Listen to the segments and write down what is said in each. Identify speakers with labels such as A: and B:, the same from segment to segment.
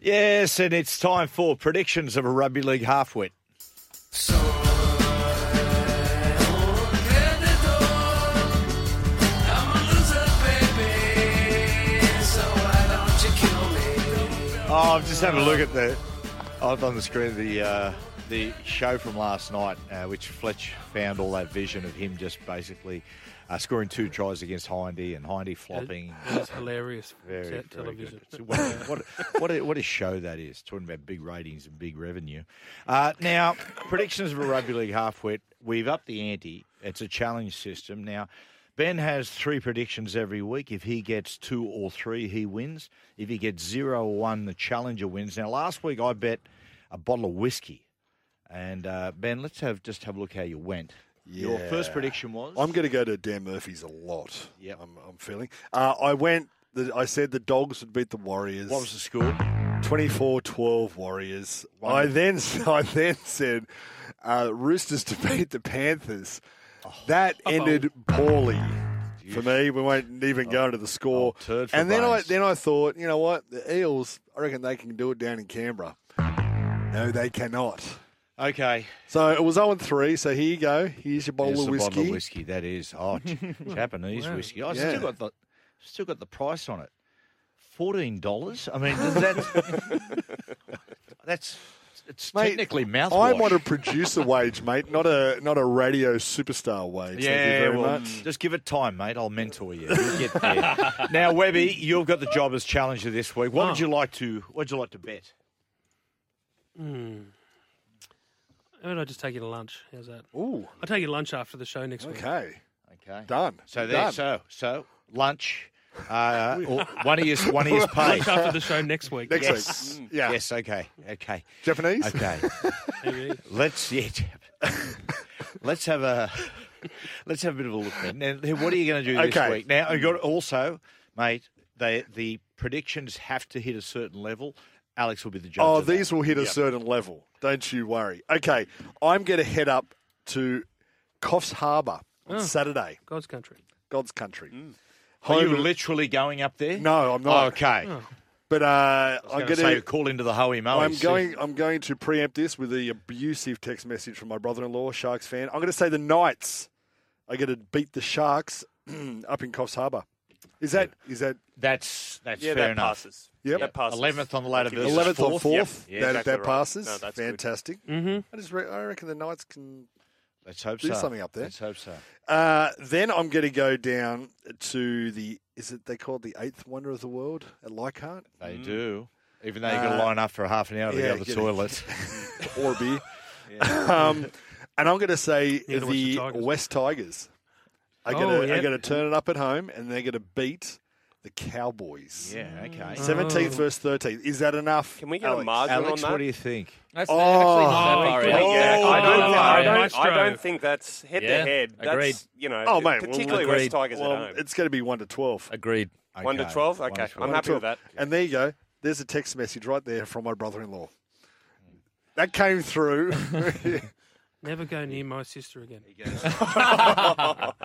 A: Yes, and it's time for predictions of a rugby league halfwit. Oh, I'm just having a look at the up on the screen the uh, the show from last night, uh, which Fletch found all that vision of him just basically uh, scoring two tries against Hindy and Hindy flopping.
B: It was hilarious.
A: Very,
B: te-
A: very
B: television.
A: good. It's- What, what, what, a, what a show that is. Talking about big ratings and big revenue. Uh, now, predictions of a rugby league halfwit. We've upped the ante. It's a challenge system. Now, Ben has three predictions every week. If he gets two or three, he wins. If he gets zero or one, the challenger wins. Now, last week I bet a bottle of whiskey. And uh, Ben, let's have just have a look how you went. Your first
C: Yeah.
A: prediction was
C: I'm going to go to Dan Murphy's a lot.
A: Yep.
C: I'm, I'm feeling. Uh, I went. The, I said the Dogs would beat the Warriors.
A: What was the score?
C: 24-12 Warriors. I then I then said uh, Roosters to beat the Panthers.
A: Oh.
C: That ended poorly for me. We won't even go into the score.
A: oh, turd for
C: and then I
A: brains.
C: then I thought, you know what, the Eels. I reckon they can do it down in Canberra. No, they cannot.
A: Okay.
C: So it was 0 and 3. So here you go. Here's your bottle
A: Here's
C: of
A: the bottle of
C: whiskey.
A: whiskey. That is oh, J- Japanese
B: Wow.
A: whiskey. I
C: Yeah.
A: still got the still got the price on it. Fourteen dollars. I mean, does that that's it's
C: Mate,
A: technically mouthwash.
C: I'm on a producer wage, mate, not a not a radio superstar wage.
A: yeah,
C: Thank you very
A: well,
C: much.
A: just give it time, mate. I'll mentor you. You'll get there. now, Webby, you've got the job as challenger this week. What
C: Oh.
A: would you like to? What'd you like to bet?
B: Why don't I just take you to lunch? How's that?
A: mm.
C: Ooh,
B: I'll take you to lunch after the show next week.
C: okay,
A: Okay,
C: done.
A: So there,
C: Done.
A: so so lunch. Uh, or one of you, one of you paid.
B: Lunch after the show next week.
C: Next
A: Yes. Mm.
C: week, yeah,
A: Yes. Okay. Okay.
C: Japanese.
A: Okay.
B: Maybe.
A: Let's yeah, let's have a let's have a bit of a look. Then. Now, what are you going to do this
C: Okay.
A: week? Now, you got also, mate. They the predictions have to hit a certain level. Alex will be the judge.
C: Oh,
A: of that.
C: these will hit a certain level. Don't you worry. Okay, I'm going to head up to Coffs Harbour
A: Ah.
C: on Saturday,
B: God's country.
C: God's country.
A: Mm. Are
C: Home,
A: you literally going up there?
C: No, I'm not.
A: Okay.
C: but uh, I'm
A: I'm going
C: going
A: to say
C: to.
A: call into the Hoey Moe.
C: I'm going. I'm going to preempt this with the abusive text message from my brother-in-law, Sharks fan. I'm going to say the Knights are going to beat the Sharks up in Coffs Harbour. Is that? Is that?
A: That's that's
D: Yeah,
A: fair
D: that
A: enough.
D: passes.
C: Yep.
D: That passes.
A: 11th on the ladder
D: I'll give you
A: versus
D: that.
C: 11th on
A: fourth? Yep.
C: fourth.
D: Yeah,
C: that
D: exactly
C: that
D: right.
C: passes.
D: No, that's good.
C: Fantastic.
B: Mm-hmm.
C: I just re- I reckon the Knights can.
A: Let's hope
C: Do
A: so.
C: something up there.
A: Let's hope so.
C: Uh, then I'm going to go down to the. Is it they call it the eighth wonder of the world at Leichhardt?
A: They do. Even though you've got to
C: Mm. Uh,
A: line up for a half an hour to
C: yeah,
A: go to the
C: get it.
A: toilet.
C: Orby. um, and I'm going to say
B: You're gonna watch the
C: the
B: Tigers.
C: West Tigers are
B: Oh,
C: going to
B: yeah.
C: are going to turn it up at home, and they're going to beat the Cowboys.
A: yeah,
C: Mm.
A: okay.
C: Seventeenth
B: Oh.
C: versus thirteenth. Is that enough?
D: Can we get a
C: Alex?
D: margin
A: Alex,
D: on
A: what
D: that?
A: do you think?
E: That's
C: Oh.
E: actually
B: Oh,
E: not
B: I
E: that far
B: agree.
E: out.
C: Oh,
E: Yeah,
D: I don't,
B: good
D: think, I,
B: one.
D: don't, I
B: Maestro.
D: don't think that's head
E: Yeah,
D: to head. That's,
E: agreed.
D: you know,
C: Oh, mate, well,
D: particularly
E: agreed.
D: West Tigers
C: Well,
D: at home.
C: it's going to be one to twelve.
E: Agreed.
D: One to
A: Okay,
D: 12?
A: one to
D: Okay,
A: 12.
D: I'm happy with that.
C: And there you go. There's a text message right there from my brother-in-law. That came through.
B: Never go near my sister again.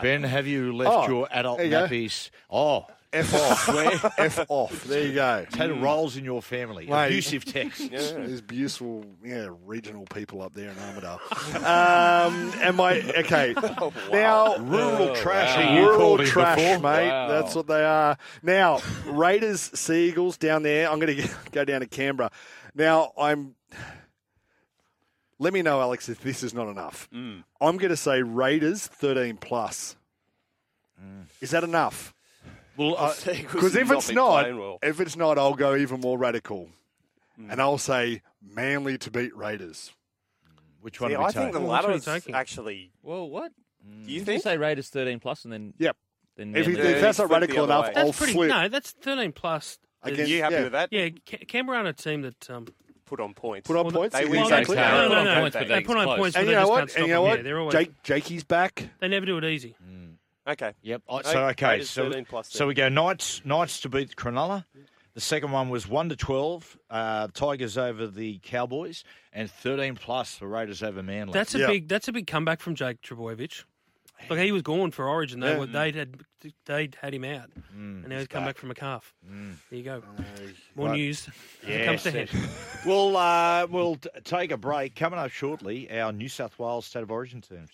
A: Ben, have you left
C: Oh,
A: your adult
C: there you go.
A: nappies? Oh,
C: F off. Where? F off. There you go.
A: potato rolls in your family.
C: Mate.
A: Abusive text.
C: There's beautiful, yeah, regional people up there in Armidale. um, and my okay
A: Oh,
C: now rural trash,
A: wow. you
C: rural
A: called him
C: trash,
A: before.
C: mate. That's what they are. Now Raiders, Seagulls down there. I'm going to go down to Canberra. Now I'm. Let me know, Alex, if this is not enough.
A: Mm.
C: I'm going to say Raiders 13 plus.
A: Mm.
C: Is that enough?
A: Well, I,
C: Because if it's
D: been
C: not,
D: playing well. Hmm.
C: if it's not, I'll go even more radical, and I'll say Manly to beat Raiders.
A: which one
D: See,
A: do we
D: I think
A: take?
D: the
B: Well, which
D: ladder
B: one
D: is
B: are you taking?
D: actually.
E: Well, what?
D: Do you
E: Did you
D: think?
E: say Raiders 13 plus and then
C: Yep.
E: then
C: If,
E: Manly?
C: you- if that's not
D: flip the
C: radical
D: other
C: enough,
D: way.
B: That's
C: I'll
B: pretty.
C: flip.
B: No, that's 13 plus
C: Against,
D: you happy
C: yeah.
D: with that?
B: Yeah, Ca- Canberra aren't a team that um,
D: Put on points.
C: Put on
B: Well,
C: points.
D: they win
C: exactly.
D: games,
B: No,
D: Put
B: no,
D: on
B: no.
D: points,
B: They,
D: but they
B: put on
D: close.
B: points, but
C: And
B: they
C: you know
B: just
C: what?
B: can't
C: And
B: stop
C: you know
B: them.
C: what?
B: Yeah, they're always
C: Jake, Jakey's back.
B: they never do it easy.
D: Okay.
A: Yep. I- So
D: Okay,
A: okay.
D: Raiders
A: So,
D: 13 plus
A: so
D: then.
A: we go Knights. Knights to beat Cronulla. The second one was one to twelve. Uh, Tigers over the Cowboys and thirteen plus the Raiders over Manly.
B: That's a
C: Yeah.
B: big. That's a big comeback from Jake Trebojevic. Look, he was gone for Origin. They
C: Yeah.
B: were, they'd had they'd had him out, and now he's come back, from a calf. There you go. More
A: Right.
B: news. as it
A: Yes,
B: comes to
A: yes.
B: head.
A: We'll uh, we'll t- take a break. Coming up shortly, our New South Wales State of Origin teams.